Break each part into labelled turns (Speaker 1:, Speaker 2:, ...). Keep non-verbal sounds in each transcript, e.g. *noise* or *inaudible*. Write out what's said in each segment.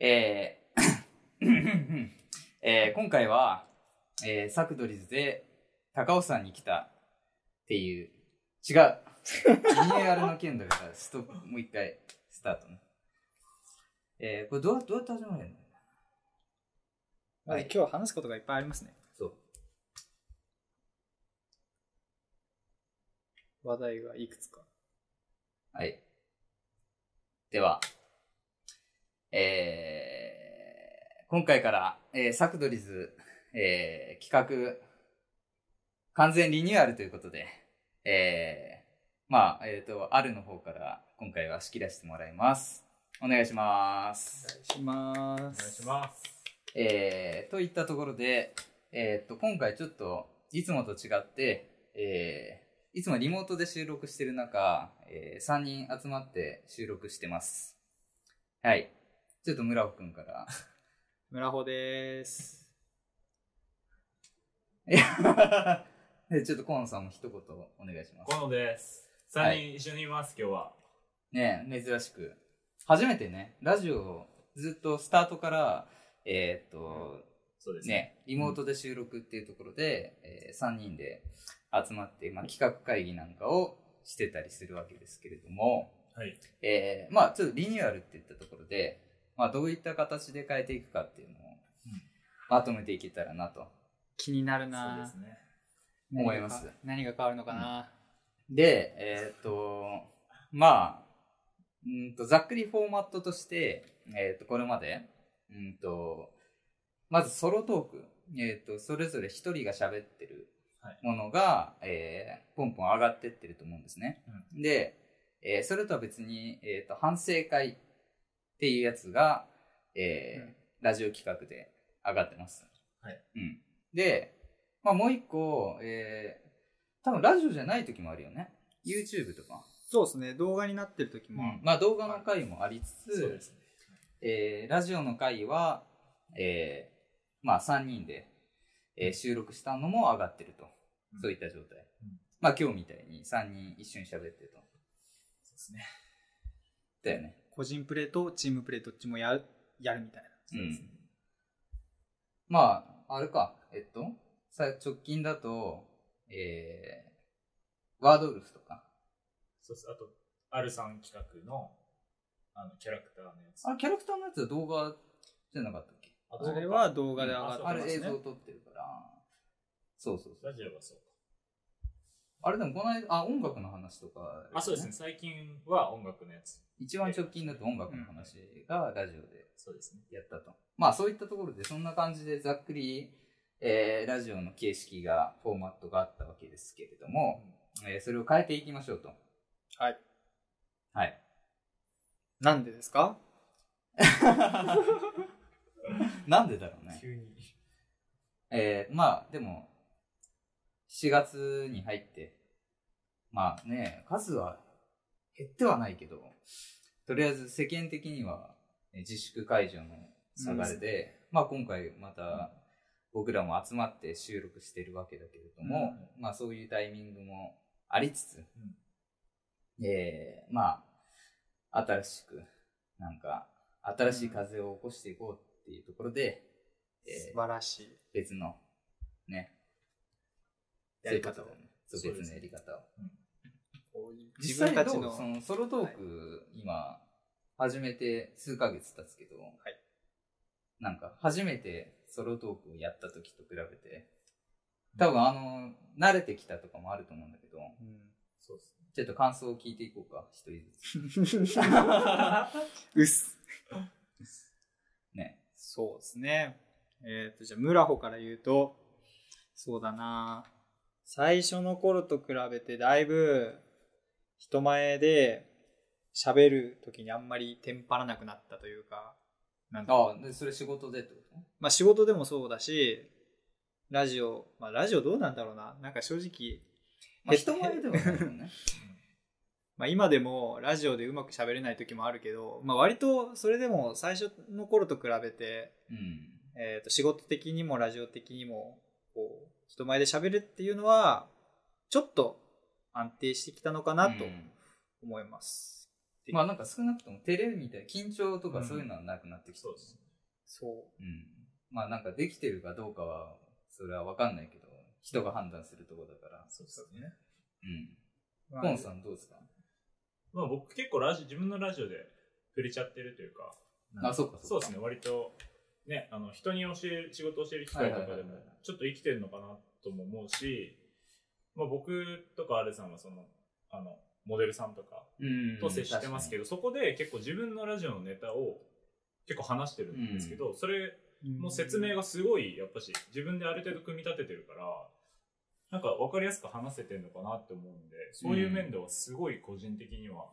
Speaker 1: えー *coughs* えー今回は、えーサクドリズで高尾山に来たっていう、違う。リニューアルの件だから、ストップ、もう一回、スタートね。えーこれどう、どうやって始まるの
Speaker 2: まあ
Speaker 1: はい
Speaker 2: 今日話すことがいっぱいありますね。
Speaker 1: そう。
Speaker 2: 話題がいくつか。
Speaker 1: はい。では、えー、今回から、えー、サクドリズ、えー、企画、完全リニューアルということで、えー、まあ、えっ、と、あるの方から、今回は仕切らせてもらいます。お願いします。
Speaker 2: しま
Speaker 3: お願いし
Speaker 2: す。
Speaker 3: ます。
Speaker 1: えー、といったところで、えーっと、今回ちょっと、いつもと違って、えー、いつもリモートで収録してる中、えー、3人集まって収録してます。はい。ちょっと村尾くんから。 *laughs*
Speaker 2: 村穂です。
Speaker 1: いやでちょっと河野さんも一言お願いします。
Speaker 3: 河野です。
Speaker 1: は
Speaker 3: 三
Speaker 1: い
Speaker 3: 人一緒にいます、今日は。
Speaker 1: ねえ珍しく。初めてね、ラジオをずっとスタートから、えーっと、
Speaker 3: そうですね。
Speaker 1: ね、リモートで収録っていうところで、え3人で集まって、まあ、企画会議なんかをしてたりするわけですけれども、
Speaker 3: はい。
Speaker 1: えーまあ、ちょっとリニューアルっていったところで、まあ、どういった形で変えていくかっていうのを
Speaker 3: うん
Speaker 1: まとめていけたらなと
Speaker 2: 気になる
Speaker 3: そうで
Speaker 2: な
Speaker 3: すね。
Speaker 2: 何
Speaker 1: 思
Speaker 2: が
Speaker 1: います。
Speaker 2: 何が変わるのかな、
Speaker 1: で、えーっと、まあ、うーんと、ざっくりフォーマットとして、えーっと、これまで、うーんと、まずソロトーク、えーっと、それぞれ一人が喋ってる
Speaker 3: はい
Speaker 1: ものが、えーポンポン上がってってると思うんですね。で、えーそれとは別に、えーっと、反省会っていうやつが、えー
Speaker 2: うん
Speaker 1: ラジオ企画で上がってます。
Speaker 3: はい。
Speaker 1: うん。で、まあ、もう一個、えー、多分ラジオじゃない時もあるよね。YouTube とか。
Speaker 2: そうですね。動画になってる時も、
Speaker 1: まあ、まあ、動画の回もありつ
Speaker 3: そ
Speaker 1: つ
Speaker 3: うで、すね。
Speaker 1: えーラジオの回は、えーまあ、3人で、えー収録したのも上がってると。
Speaker 3: うん
Speaker 1: そういった状態。
Speaker 3: うん
Speaker 1: まあ、今日みたいに3人一緒に喋ってと。
Speaker 3: そうですね。
Speaker 1: だよね。
Speaker 2: 個人プレーとチームプレーどっちもやるやるみたいな。
Speaker 3: そうですね。
Speaker 1: まあ、あれか、えっと、さ直近だと、えー、ワードウルフとか。
Speaker 3: そうです。あと、あるさん企画の、あの、キャラクターのやつ。
Speaker 1: あれ、キャラクターのやつは動画じゃなかったっけ
Speaker 3: あ
Speaker 2: それは動画で上がって
Speaker 1: あ
Speaker 2: ま
Speaker 1: れ
Speaker 2: す
Speaker 1: 映
Speaker 2: ね
Speaker 1: 像。撮ってるから。そうそうそう。
Speaker 3: ラジオはそうか。
Speaker 1: あれでもこの間、あ、音楽の話とか、
Speaker 3: あ、そうですね。。最近は音楽のやつ。
Speaker 1: 一番直近だと音楽の話がラジオで
Speaker 3: そうですね。
Speaker 1: やったと。まあそういったところで、そんな感じでざっくり、えーラジオの形式が、フォーマットがあったわけですけれども、えーそれを変えていきましょうと。
Speaker 2: はい。
Speaker 1: はい。 *laughs*
Speaker 2: なんでですか
Speaker 1: なんでだろうね。
Speaker 3: 急に。
Speaker 1: えーまあでも、4月に入って、まあね、数は減ってはないけど、とりあえず世間的にはね自粛解除の流れで、まあ今回また僕らも集まって収録してるわけだけれども、まあそういうタイミングもありつつ、えーまあ、新しく、なんか、新しい風を起こしていこうっていうところで、え
Speaker 2: 素
Speaker 1: ー
Speaker 2: 晴らしい。
Speaker 1: 別の、ね、
Speaker 2: やり方を
Speaker 1: そう
Speaker 3: そう
Speaker 1: 別
Speaker 3: です
Speaker 1: の
Speaker 3: ね
Speaker 1: やり方を。
Speaker 2: 自
Speaker 1: 実
Speaker 2: 分
Speaker 1: 際
Speaker 2: た
Speaker 1: ど
Speaker 2: ち
Speaker 1: う
Speaker 2: の
Speaker 1: そのソロトーク、今、始めて数ヶ月経つけど、なんか、初めてソロトークをやった時と比べて、多分あの、慣れてきたとかもあると思うんだけど、
Speaker 3: そうですね。
Speaker 1: ちょっと感想を聞いていこうか、一人ずつ。
Speaker 2: *laughs* うんうっす。
Speaker 1: ね。
Speaker 2: そうですね。えっ、と、じゃあ、村穂から言うと、そうだな最初の頃と比べて、だいぶ、人前で喋る時にあんまりテンパらなくなったというか、なんだろう
Speaker 1: ああ、でそれ仕事でってこと
Speaker 2: まあ仕事でもそうだし、ラジオ、まあラジオどうなんだろうな。なんか正直、
Speaker 1: まあ、人前ではないもん
Speaker 2: *laughs*
Speaker 1: ね。
Speaker 2: まあ今でもラジオでうまく喋れない時もあるけど、まあ割とそれでも最初の頃と比べて、
Speaker 1: うん。
Speaker 2: えー、と仕事的にもラジオ的にもこう人前で喋るっていうのはちょっと安定してきたのかなと
Speaker 1: うん
Speaker 2: 思います、
Speaker 1: まあなんか少なくとも照れるみたいな緊張とかそういうのはなくなってきて、
Speaker 3: そうです。
Speaker 2: そ
Speaker 1: うん。まあなんかできてるかどうかは、それはわかんないけど、人が判断するとこだから。
Speaker 3: そうですね。
Speaker 1: うん。
Speaker 2: う。まあ
Speaker 1: ポンさんどうですか
Speaker 3: まあ僕結構ラジ自分のラジオで触れちゃってるというか、
Speaker 1: あ、そうか
Speaker 3: そう
Speaker 1: か
Speaker 3: ですね、割と、ね、あの人に教える、仕事を教える機会とか
Speaker 1: はい
Speaker 3: で
Speaker 1: はいはい
Speaker 3: も
Speaker 1: はい、
Speaker 3: ちょっと生きてるのかなとも思うし、まあ僕とかアレさんはその、あの、モデルさんとか
Speaker 1: うん。
Speaker 3: と接してますけど、そこで結構自分のラジオのネタを結構話してるんですけど、それの説明がすごい、やっぱし自分である程度組み立ててるから、なんか分かりやすく話せてるのかなって思うんで、そういう面ではすごい個人的には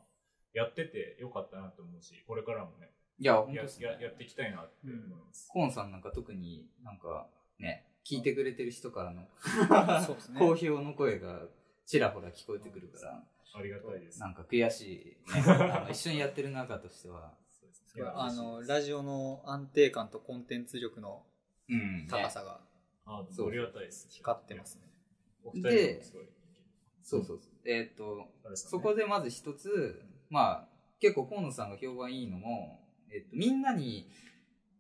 Speaker 3: やっててよかったなと思うし、これからもね、
Speaker 1: いや、本当
Speaker 3: や
Speaker 1: ですね。
Speaker 3: ややっていきたいなって思います。
Speaker 1: コーンさんなんか特になんかね、聞いてくれてる人からの、
Speaker 2: *laughs* そうですね
Speaker 1: 好評の声がちらほら聞こえてくるから、
Speaker 3: ありがたいです。
Speaker 1: なんか悔し
Speaker 3: *laughs*
Speaker 1: いね、あの一緒にやってる中としては。
Speaker 3: そうですね
Speaker 2: いやあの、
Speaker 3: 嬉しいです
Speaker 2: ラジオの安定感とコンテンツ力の
Speaker 1: うん
Speaker 2: 高さが
Speaker 3: あで
Speaker 1: そう
Speaker 3: もありがたいです。
Speaker 2: 光ってますね。
Speaker 3: お二人もすごい。
Speaker 1: そうそうそう。えーっと、
Speaker 3: あれですね
Speaker 1: そこでまず一つ、まあ、結構河野さんが評判いいのも、えっと、みんなに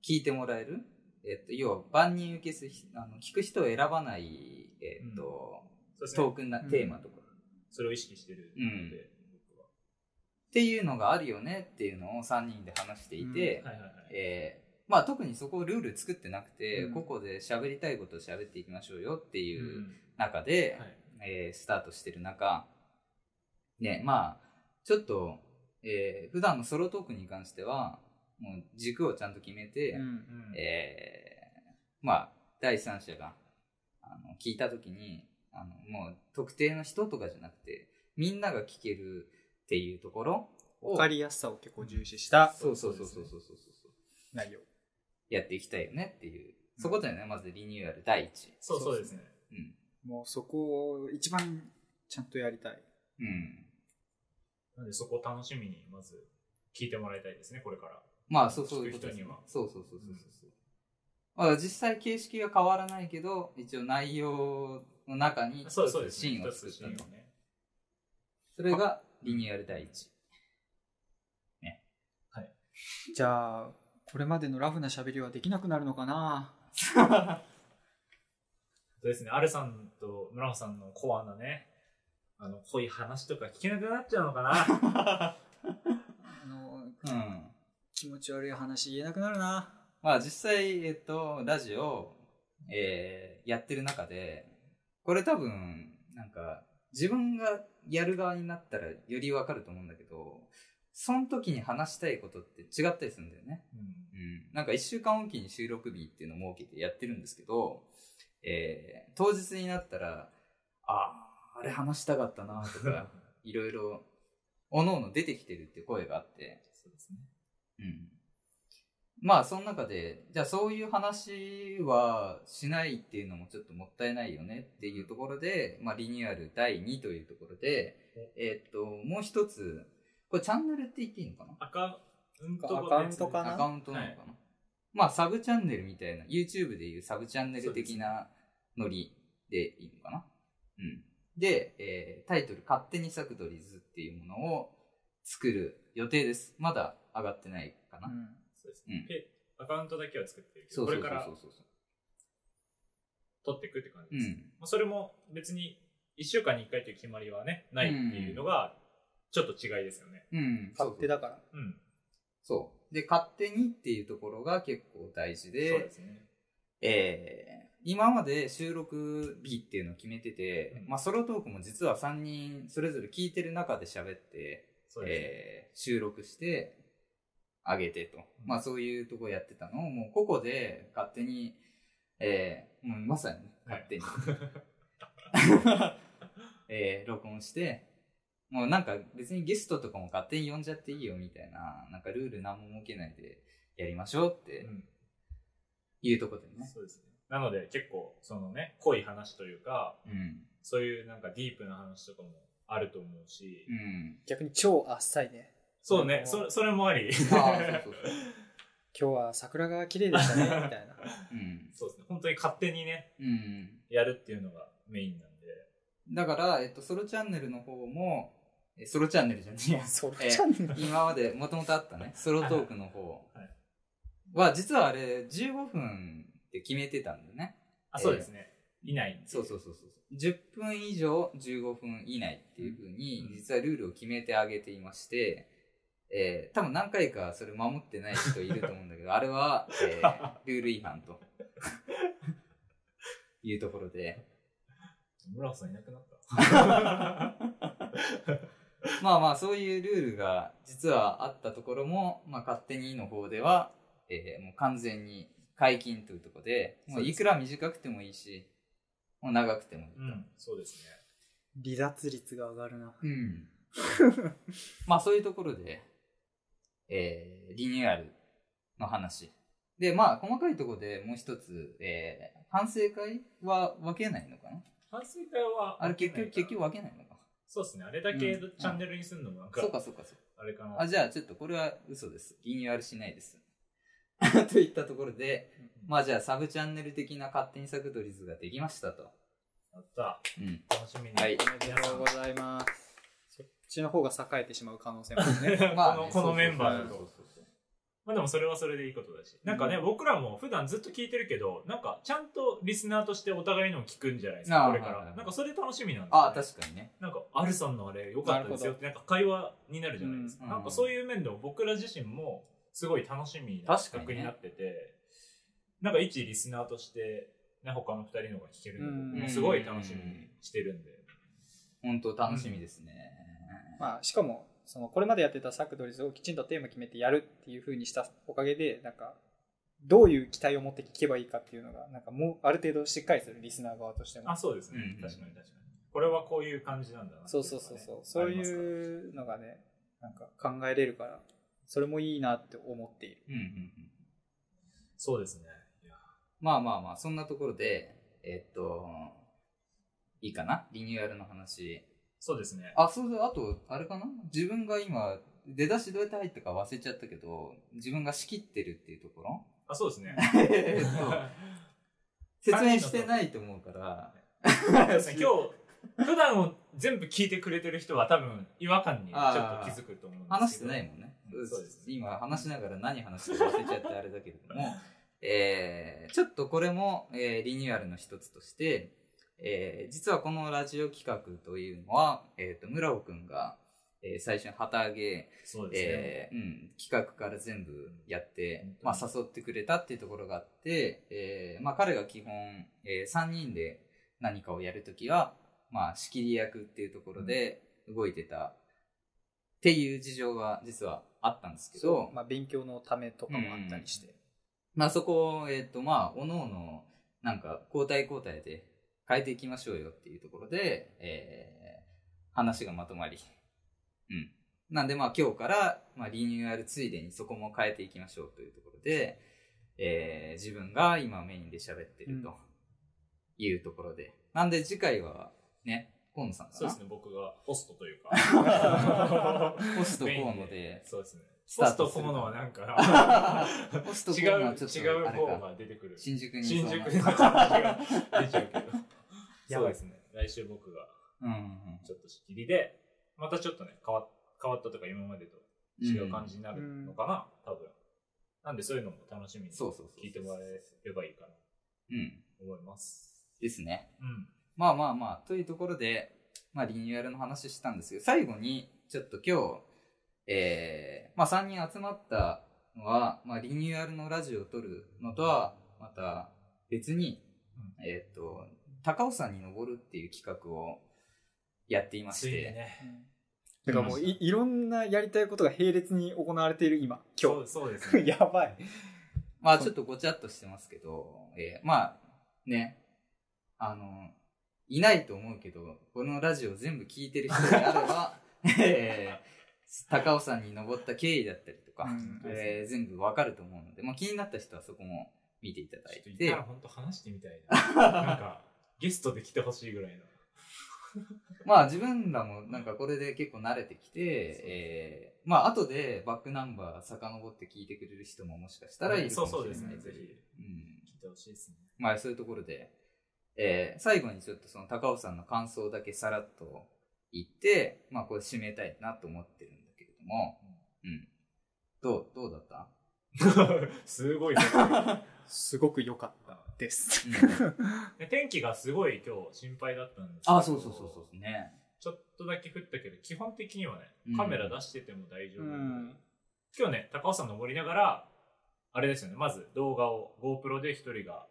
Speaker 1: 聞いてもらえる、えっと、要は万人受けすあの聞く人を選ばない、えっと
Speaker 3: そうですね
Speaker 1: トークンな、
Speaker 2: うん
Speaker 1: テーマとかっ
Speaker 3: それを意識してるので、僕は。
Speaker 1: ていうのがあるよねっていうのを3人で話していて、
Speaker 3: はいはいはい。
Speaker 1: えーまあ、特にそこルール作ってなくて、
Speaker 2: うん
Speaker 1: 個々で喋りたいことを喋っていきましょうよって
Speaker 3: う
Speaker 1: いうん中で、
Speaker 3: はい
Speaker 1: えースタートしてる中、ね、まあ、ちょっと、えー普段のソロトークに関しては、もう軸をちゃんと決めて、
Speaker 2: うん
Speaker 3: うん
Speaker 1: えーまあ、第三者が、あの、聞いたときに、あの、もう特定の人とかじゃなくて、みんなが聞けるっていうところを、
Speaker 2: 分かりやすさを結構重視した
Speaker 1: そうそうそうそうそうそうそう、
Speaker 2: 内容。
Speaker 1: やっていきたいよねっていう、そこだよね、まずリニューアル第一。
Speaker 3: そうそうですね。
Speaker 1: うん。
Speaker 2: もうそこを一番ちゃんとやりたい。
Speaker 1: うん。
Speaker 3: なんでそこを楽しみに、まず聞いてもらいたいですね、これから。
Speaker 1: まあそうそういうこと
Speaker 3: 聞く人には
Speaker 1: そうそうそうそうそうそう、まあ、実際形式は変わらないけど一応内容の中に一
Speaker 3: そうそうで
Speaker 1: つ
Speaker 3: す
Speaker 1: シ
Speaker 3: ね。
Speaker 1: ーン
Speaker 3: 一
Speaker 1: を
Speaker 3: つ
Speaker 1: 作った
Speaker 3: シーン
Speaker 1: の
Speaker 3: をね。
Speaker 1: それがリニューアル第一
Speaker 2: じゃあ、これまでのラフな喋りはできなくなるのかな
Speaker 3: そうですね、アルさんと村尾さんのコアなね、あの、濃い話とか聞けなくなっちゃうの
Speaker 1: *laughs*
Speaker 3: かな。
Speaker 2: あの
Speaker 1: うん
Speaker 2: 気持ち悪い話言えなくなるな。
Speaker 1: まあ実際えっとラジオ、えーやってる中でこれ多分なんか自分がやる側になったらよりわかると思うんだけどその時に話したいことって違ったりするんだよね
Speaker 3: うん
Speaker 1: うん、なんか1週間おきに収録日っていうのを設けてやってるんですけど、えー当日になったら、ああ、あれ話したかったなと *laughs* か、いろいろ、おのおの出てきてるって声があって、
Speaker 3: そうですね。
Speaker 1: うん。まあ、その中で、じゃあそういう話はしないっていうのもちょっともったいないよねっていうところで、まあ、リニューアル第2というところで、えーっと、もう一つ、これチャンネルって言っていいのかな
Speaker 3: アカウント
Speaker 2: アカウントかな
Speaker 1: アカウントなのかな、まあサブチャンネルみたいな YouTube でいうサブチャンネル的なノリでいいのかなうんで、えータイトル「勝手にサクドリズ」っていうものを作る予定ですまだ上がってないかな、
Speaker 2: うん
Speaker 3: そうです
Speaker 1: うん
Speaker 3: ね。ペアカウントだけは作ってるけ
Speaker 1: そう
Speaker 3: ど、こ
Speaker 1: そうそ
Speaker 3: れ
Speaker 1: う
Speaker 3: から
Speaker 1: そうそう
Speaker 3: 取っていくって感じ
Speaker 1: う
Speaker 3: です。
Speaker 1: ん
Speaker 3: まあ、それも別に1週間に1回という決まりはね、ないっていうのが、ちょっと違いですよね。
Speaker 1: うん
Speaker 2: 勝手だから。
Speaker 3: うん。
Speaker 1: そうで勝手にっていうところが結構大事で
Speaker 3: そうですね。
Speaker 1: えー今まで収録日っていうのを決めてて、
Speaker 3: うん
Speaker 1: まあ、ソロトークも実は3人それぞれ聞いてる中で喋って、
Speaker 3: そうですね。
Speaker 1: えー収録してあげてと、
Speaker 3: ん
Speaker 1: まあ、そういうとこやってたのをもうここで勝手に、えーもうまさに勝手に、
Speaker 3: *laughs*
Speaker 1: えー録音してもうなんか別にゲストとかも勝手に呼んじゃっていいよみたいななんかルール何も設けないでやりましょうっていうとこで
Speaker 3: うん。
Speaker 1: ね。
Speaker 3: そうですね。なので結構、そのね、濃い話というか、
Speaker 1: うん
Speaker 3: そういうなんかディープな話とかもあると思うし、
Speaker 1: うん
Speaker 2: 逆に超あっさいね。
Speaker 3: そう
Speaker 2: う、
Speaker 3: ね
Speaker 2: ん
Speaker 3: そそれもあ
Speaker 1: あ
Speaker 3: り。
Speaker 1: ーそうそうそう。
Speaker 2: 今日は桜が綺麗で *laughs* したね、みたいな。
Speaker 1: うん。
Speaker 3: *laughs* そうですね。本当に勝手にね、
Speaker 1: うん。
Speaker 3: やるっていうのがメインなんで。
Speaker 1: だから、えっと、ソロチャンネルの方も、えソロチャンネルじゃねえや。
Speaker 2: ソロチャンネル、
Speaker 1: 今までもともとあったね、ソロトークの方
Speaker 3: はいはい
Speaker 1: は、実はあれ、15分って決めてたんだよね。
Speaker 3: あ、そうですね。いない。
Speaker 1: そうそうそうそう。10分以上15分以内っていうふうに
Speaker 3: う、ん
Speaker 1: 実はルールを決めてあげていまして、えー多分何回かそれ守ってない人いると思うんだけ
Speaker 3: *laughs*
Speaker 1: ど、あれは、えールール違反というところで、
Speaker 3: 村尾さんいなく
Speaker 1: *laughs*
Speaker 3: なった。
Speaker 1: まあまあそういうルールが実はあったところも、まあ、勝手にの方では、えーもう完全に解禁というところでもういくら短くてもいいしもう長くてもいい、
Speaker 3: うん、そうですね。
Speaker 2: 離脱率が上がるな。
Speaker 1: うん、 *laughs* まあそういうところで、えーリニューアルの話でまあ細かいところでもう一つ、えー反省会は分けないのかな
Speaker 3: 反省会は、
Speaker 1: あれ結局結局分けないのか
Speaker 3: そうですね。あれだけ
Speaker 1: うん
Speaker 3: チャンネルにするのもなんか、
Speaker 1: そうかそうかそうか
Speaker 3: あれかな。
Speaker 1: あじゃあちょっとこれは嘘です。リニューアルしないです。
Speaker 3: *laughs*
Speaker 1: といったところで、まあじゃあサブチャンネル的な勝手にサクドリズができましたと。
Speaker 3: やった。
Speaker 1: う
Speaker 3: *laughs*
Speaker 1: ん。
Speaker 3: 楽しみに。
Speaker 1: はい
Speaker 2: おめでとうございます。そっちの方が栄えてしまう可能性もあるね。 *laughs*
Speaker 1: まあ
Speaker 3: こ
Speaker 1: ね
Speaker 3: のこのメンバーだ
Speaker 1: そう
Speaker 3: と。まあでもそれはそれでいいことだし。なんかね、僕らも普段ずっと聞いてるけど、なんかちゃんとリスナーとしてお互いのを聞くんじゃないです
Speaker 1: あ
Speaker 3: か、
Speaker 1: あ
Speaker 3: これか
Speaker 1: はいはいは
Speaker 3: ら。
Speaker 1: い
Speaker 3: なんかそれ楽しみなんですよね
Speaker 1: ああ、確かにね。
Speaker 3: なんか、アルさんのあれ良かったですよって、なんか会話になるじゃないですか。
Speaker 1: うん
Speaker 3: なんかそういう面でも僕ら自身も、すごい楽しみな
Speaker 1: 確
Speaker 3: 企
Speaker 1: かにね
Speaker 3: 画になってて、なんか一リスナーとして、ね、他の二人のが聞けるの
Speaker 2: うん
Speaker 3: もすごい楽しみにしてるんで。
Speaker 1: 本当楽しみですね。
Speaker 2: まあ、しかも、その、これまでやってたサクドリズをきちんとテーマ決めてやるっていう風にしたおかげで、なんか、どういう期待を持って聞けばいいかっていうのが、なんかもう、ある程度しっかりするリスナー側としても
Speaker 3: あ、。そうですね。
Speaker 1: うん
Speaker 3: 確かに確かに。これはこういう感じなんだなってい
Speaker 2: そう
Speaker 3: のが
Speaker 2: そ
Speaker 3: ね、
Speaker 2: うそうそう。そう
Speaker 3: ありますか
Speaker 2: い
Speaker 3: ら
Speaker 2: うのがね、なんか考えれるから、それもいいなって思っている。
Speaker 1: うんうんうん。
Speaker 3: そうですね。いや
Speaker 1: まあまあまあ、そんなところで、えっと、いいかなリニューアルの話。
Speaker 3: そうですね。
Speaker 1: あ、そうだ、あと、あれかな自分が今、出だしどうやって入ったか忘れちゃったけど、自分が仕切ってるっていうとこ
Speaker 3: *laughs*
Speaker 1: ろ
Speaker 3: あ、そうですね。
Speaker 1: *laughs* えっと、説明してないと思うから、
Speaker 3: そうですね今日、普段を全部聞いてくれてる人は多分違和感にちょっと気づくと思うんですけど。
Speaker 1: 話してないもんね。
Speaker 3: うんそうです
Speaker 1: 今話しながら何話してるか忘れちゃってあれだけれど
Speaker 3: *laughs*
Speaker 1: も、えーちょっとこれも、えーリニューアルの一つとして、えー実はこのラジオ企画というのは、えー、と村尾くんが、えー最初に旗揚げ
Speaker 3: そうですね。
Speaker 1: えーうん、企画から全部やって、ま
Speaker 3: 本
Speaker 1: あ、
Speaker 3: 当に
Speaker 1: 誘ってくれたっていうところがあって、えーまあ、彼が基本、え3人で何かをやるときは、まあ、仕切り役っていうところで動いてたっていう事情が実はあったんですけど、
Speaker 2: まあ、勉強のためとかもあったりして。
Speaker 1: まあ、そこを、えっとまあ、おのおのなんか交代交代で変えていきましょうよっていうところで、えー話がまとまり、うん、なんでまあ今日から、まあ、リニューアルついでにそこも変えていきましょうというところで、えー自分が今メインで喋ってる
Speaker 2: うん
Speaker 1: というところで、なんで次回はね河野さんか
Speaker 3: そう
Speaker 1: な
Speaker 3: ですね、僕がホストというか。
Speaker 1: *laughs* ホスト河野
Speaker 3: メイン
Speaker 1: で
Speaker 3: そうですね。
Speaker 1: スタ
Speaker 3: ホ
Speaker 1: ー
Speaker 3: ス
Speaker 1: ト
Speaker 3: ト
Speaker 1: する
Speaker 3: 河野はなんか、
Speaker 1: ホスト
Speaker 3: 違
Speaker 1: 河野は
Speaker 3: う、
Speaker 1: ちょっと
Speaker 3: 違う
Speaker 1: あれ
Speaker 3: 方
Speaker 1: か
Speaker 3: が出てくる。新
Speaker 1: 新宿にいそう
Speaker 3: 宿
Speaker 1: な
Speaker 3: の話が
Speaker 1: *laughs*
Speaker 3: 出ちゃうけど。
Speaker 2: や
Speaker 3: そう
Speaker 2: ばい
Speaker 3: ですね。来週僕が
Speaker 1: うんうん
Speaker 3: ちょっと仕切りで、またちょっとね、変わ変わったとか今までと
Speaker 1: うん
Speaker 3: 違う感じになるのかな、多分。なんでそういうのも楽しみに
Speaker 1: そうそうそう
Speaker 3: 聞いてもらえればいいかな
Speaker 1: うん
Speaker 3: と思います。
Speaker 1: ですね
Speaker 3: うん。
Speaker 1: まあまあまあ、というところで、まあリニューアルの話したんですけど、最後に、ちょっと今日、えー、まあ3人集まったのは、まあリニューアルのラジオを撮るのとは、また別に、えっ、と、高尾山に登るっていう企画をやっていまし
Speaker 3: ついに
Speaker 1: て、
Speaker 3: ね。
Speaker 2: だからもうい、いろんなやりたいことが並列に行われている今、今
Speaker 3: そうそうです
Speaker 1: *laughs*
Speaker 2: 日。
Speaker 3: ね。
Speaker 2: *laughs* やばい。
Speaker 1: まあちょっとごちゃっとしてますけど、えー、まあね、あの、いないと思うけど、このラジオ全部聞いてる人であれば、
Speaker 3: *laughs*
Speaker 1: えー、高尾山に登った経緯だったりとか、
Speaker 2: うん
Speaker 1: えー全部わかると思うので、まあ、気になった人はそこも見ていただ
Speaker 3: ちょっと
Speaker 1: い
Speaker 3: 行った
Speaker 1: て
Speaker 3: ら、本当話してみたいな。なんか、ゲストで来てほしいぐらいの。
Speaker 1: まあ自分らもなんかこれで結構慣れてきて、
Speaker 3: そう
Speaker 1: えー、まあ後でバックナンバー遡って聞いてくれる人ももしかしたらいるかもしれない
Speaker 3: そうそうですね
Speaker 1: とい
Speaker 3: ぜ
Speaker 1: うん
Speaker 3: 聞いてほしいですね。
Speaker 1: まあそういうところで、えー最後にちょっとその高尾さんの感想だけさらっと行って、まあ、こう締めたいなと思ってるんだけれども、うん。どう、どうだった、
Speaker 3: *laughs* すごいですね、
Speaker 2: すごく良かったです。
Speaker 1: うん、
Speaker 3: で天気がすごい今日心配だったんですけど
Speaker 1: あ、そうそうそうそうそうね。
Speaker 3: ちょっとだけ降ったけど、基本的にはね
Speaker 1: うん、
Speaker 3: カメラ出してても大丈夫。
Speaker 2: うん
Speaker 3: 今日ね、高尾山登りながら、あれですよね、まず動画を、GoPro で一人が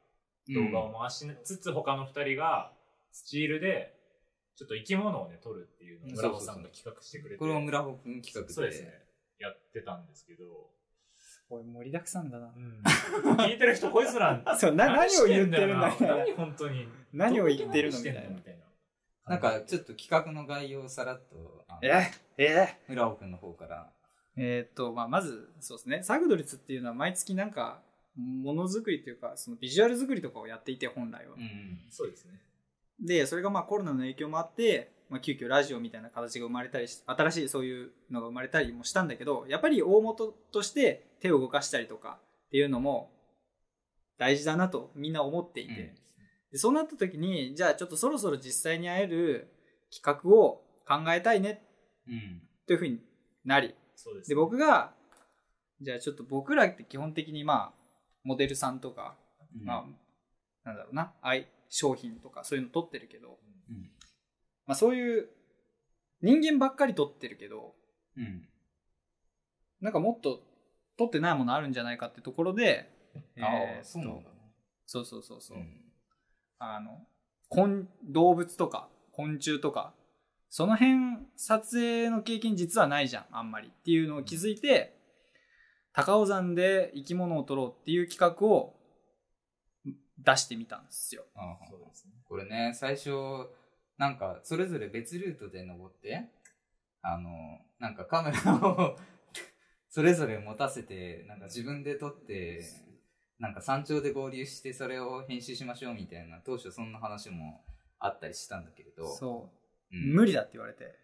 Speaker 3: 動画を回しつつ、他の二人がスチールで、ちょっと生き物をね、撮るっていうのを村尾さんが企画してく
Speaker 1: うん
Speaker 3: れて、
Speaker 1: これを村穂君企画で。
Speaker 3: そうですね、やってたんですけど、
Speaker 2: おい、盛りだくさんだな。
Speaker 3: 聞いてる人、こいつら、
Speaker 2: そう、な、 *laughs* 何を言ってるんだみ
Speaker 3: 何して
Speaker 2: た
Speaker 3: ん
Speaker 2: いな
Speaker 3: 何、本当に。
Speaker 2: 何を言ってるのみ
Speaker 3: ど
Speaker 2: たいな
Speaker 3: んだけ。何してんのみたいな。
Speaker 1: なんか、ちょっと企画の概要をさらっと、あの
Speaker 2: ええ
Speaker 1: 村尾君の方から。
Speaker 2: えーっと、まあ、まず、そうですね。サグドリツっていうのは毎月なんか、ものづくりというか、そのビジュアル作りとかをやっていて、本来は。
Speaker 1: うん。
Speaker 3: そうですね。
Speaker 2: で、それがまあコロナの影響もあって、まあ、急遽ラジオみたいな形が生まれたりし、新しいそういうのが生まれたりもしたんだけど、やっぱり大元として手を動かしたりとかっていうのも大事だなとみんな思っていて、
Speaker 1: うん
Speaker 2: でそうなった時に、じゃあちょっとそろそろ実際に会える企画を考えたいね
Speaker 1: うん。
Speaker 2: というふうになり、
Speaker 3: そうです、
Speaker 2: で、僕が、じゃあちょっと僕らって基本的にまあ、モデルさんとか、
Speaker 1: うん
Speaker 2: まあ、なんだろうな、あい商品とかそういうの撮ってるけど、
Speaker 1: うん
Speaker 2: まあ、そういう人間ばっかり撮ってるけど
Speaker 1: うん。
Speaker 2: なんかもっと撮ってないものあるんじゃないかってところで、
Speaker 1: ああ、
Speaker 2: えーっと
Speaker 1: そうなんだね。
Speaker 2: そうそうそうそう、
Speaker 1: うん
Speaker 2: あの昆動物とか昆虫とかその辺撮影の経験実はないじゃんあんまりっていうのを気づいて、高尾山で生き物を撮ろうっていう企画を出してみたんですよ。
Speaker 1: ああ
Speaker 3: そうですね。
Speaker 1: これね、最初、なんか、それぞれ別ルートで登って、あの、なんかカメラを、 *laughs* それぞれ持たせて、なんか自分で撮って、なんか山頂で合流して、それを編集しましょうみたいな、当初そんな話もあったりしたんだけれど、
Speaker 2: そうう、
Speaker 1: ん
Speaker 2: 無理だって言われて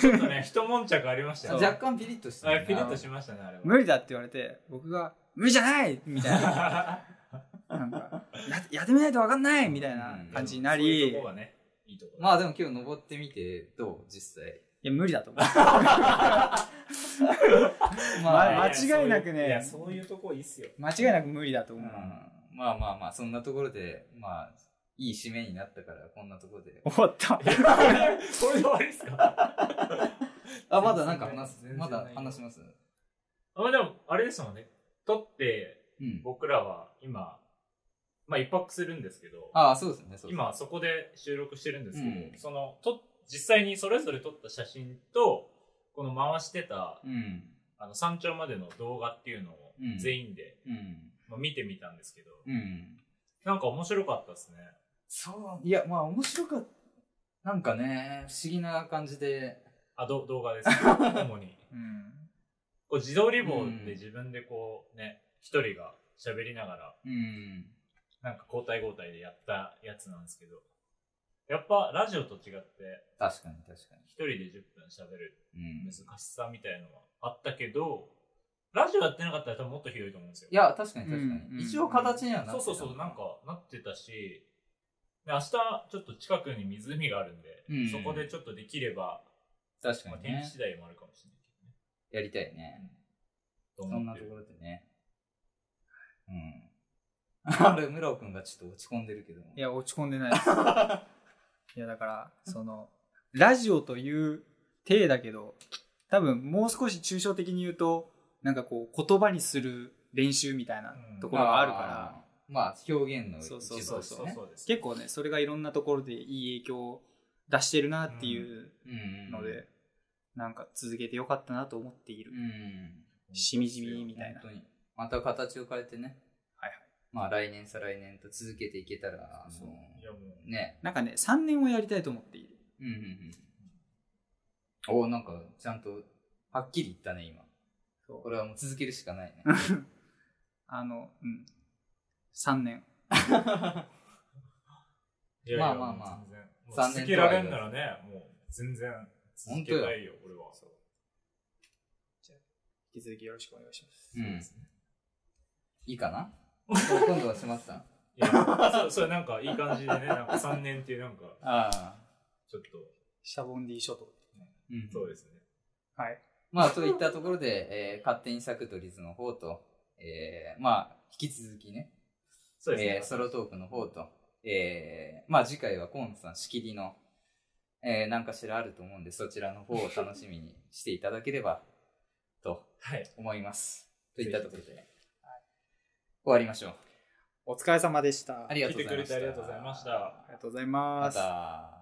Speaker 3: ちょっとね、 *laughs* 一悶着ありましたよ。
Speaker 1: 若干ピリッとした
Speaker 3: あ
Speaker 1: よ
Speaker 3: れ
Speaker 1: な
Speaker 3: ピリッとしましたね、あれは。
Speaker 2: 無理だって言われて僕が「無理じゃない!」みたいななんかややってみないと分かんないみたいな感じにな
Speaker 3: そうい
Speaker 2: り、
Speaker 3: う
Speaker 2: い
Speaker 3: とこがね、いいところ。
Speaker 1: まあでも今日登ってみて、どう実
Speaker 2: *laughs*
Speaker 1: 際。
Speaker 2: や無理だと思う
Speaker 1: まあ、
Speaker 2: まあ間違いなくね
Speaker 3: いや、そういうとこいいっすよ。
Speaker 2: 間違いなく無理だと
Speaker 1: う
Speaker 2: 思
Speaker 1: ん
Speaker 2: う、
Speaker 1: まあまあまあ、そんなところで、まあ、いい締めになったから、こんなところで。
Speaker 2: 終わった
Speaker 3: これで終わりっすか
Speaker 1: *laughs* あ、まだなんか話す
Speaker 3: 全。然
Speaker 1: ま
Speaker 3: ない
Speaker 1: だ話します
Speaker 3: まあでも、あれですもんね。撮って、
Speaker 1: うん。
Speaker 3: 僕らは今、まあ一泊するんですけど、
Speaker 1: ああ、そうですね。そうですね
Speaker 3: 今そこで収録してるんですけど、
Speaker 1: うん
Speaker 3: その、と、実際にそれぞれ撮った写真と、この回してた、
Speaker 1: うん。
Speaker 3: あの、山頂までの動画っていうのを
Speaker 1: うん
Speaker 3: 全員で、
Speaker 1: うん。
Speaker 3: まあ、見てみたんですけど、
Speaker 1: うん。
Speaker 3: なんか面白かったですね。
Speaker 1: そう、いや、まあ面白かった。なんかね、不思議な感じで。
Speaker 3: あ、ど動
Speaker 1: *laughs*
Speaker 3: 画ですね、主に。
Speaker 2: うん
Speaker 3: こう自動リボンで自分でこうね、一、人が喋りながら、
Speaker 1: うん。
Speaker 3: なんか交代交代でやったやつなんですけど、やっぱラジオと違って、
Speaker 1: 確かに確か
Speaker 3: 一人で10分喋る
Speaker 1: に。うん。
Speaker 3: 難
Speaker 1: い
Speaker 3: しさみたいのはあったけど、ラジオやってなかったら多分もっとひどいと思うんですよ。
Speaker 1: や、確かに確かに。
Speaker 2: うん
Speaker 1: 一応形にはなって
Speaker 3: そう
Speaker 1: た
Speaker 3: そうそう、なん。かなってたし、で明日ちょっと近くに湖があるんで、
Speaker 1: うん
Speaker 3: そこでちょっとできれば、
Speaker 1: 確か
Speaker 3: まあ、
Speaker 1: に
Speaker 3: 天気
Speaker 1: ね
Speaker 3: 次。第もあるかもしれないけどね。
Speaker 1: やりたいね。
Speaker 3: と
Speaker 1: そん
Speaker 3: 思
Speaker 1: な
Speaker 3: って
Speaker 1: と
Speaker 3: る
Speaker 1: ころでね。
Speaker 2: *laughs*
Speaker 1: うん。あれ、村尾くんがちょっと落ち込んでるけども。
Speaker 2: いや落ち込んでないですいやだからそのラジオという体だけど多分もう少し抽象的に言うとなんかこう言葉にする練習みたいなところがあるから、
Speaker 1: あー。まあ、表現の一
Speaker 2: そ
Speaker 1: 部と
Speaker 2: うそう
Speaker 1: して
Speaker 2: そ
Speaker 1: ね。
Speaker 2: うそう
Speaker 3: そうです。
Speaker 2: 結構ねそれがいろんなところでいい影響を出してるなっていう、
Speaker 1: うん。
Speaker 2: ので、なんか続けてよかったなと思っている、
Speaker 1: うん。
Speaker 2: しみじみみたいな
Speaker 1: 本当にまた形を変えてね、
Speaker 2: はいはい
Speaker 1: まあ来年再来年と続けていけたらあの
Speaker 3: そういやもう
Speaker 1: ね
Speaker 2: なんかね3年をやりたいと思っている
Speaker 1: うんうんうんおなんかちゃんとはっきり言ったね今
Speaker 2: そう
Speaker 1: これはもう続けるしか
Speaker 2: *laughs*
Speaker 1: ないね
Speaker 2: あのうん3年
Speaker 3: いやいや
Speaker 1: まあまあまあ
Speaker 3: 全然もう
Speaker 1: 残
Speaker 3: 続
Speaker 1: 念
Speaker 3: け
Speaker 1: とは
Speaker 3: ら
Speaker 1: 言わ
Speaker 3: れ
Speaker 1: ず
Speaker 3: んならね、もう全然続けたいよ、俺は。そう
Speaker 2: 引き続きよろしくお願いします
Speaker 1: うん
Speaker 3: ですね。
Speaker 1: いいか
Speaker 2: *laughs*
Speaker 1: なお今度はしました
Speaker 3: いや、そう、そうなんかいい感じでね、なんか3年っていうなんか、
Speaker 1: ああ
Speaker 3: ちょっと
Speaker 2: シャボンディ諸島。
Speaker 1: うん
Speaker 3: そうですね。
Speaker 2: はい。
Speaker 1: まあ、といったところで、えー勝手にサクトリズの方と、えーまあ、引き続きね、
Speaker 3: そうですね。
Speaker 1: えーソロトークの方と、えーまあ、次回は河野さん仕切りの、えー、何かしらあると思うんで、そちらの方を楽しみにしていただければと
Speaker 3: はい。
Speaker 1: 思います。といったところで、はい終わりましょう。
Speaker 2: お疲れ様でした。
Speaker 1: ありが
Speaker 3: 来
Speaker 1: とうござい
Speaker 3: てく
Speaker 1: ま
Speaker 3: れ
Speaker 1: した。
Speaker 3: てありがとうございました。
Speaker 2: ありがとうございま。
Speaker 1: ますた。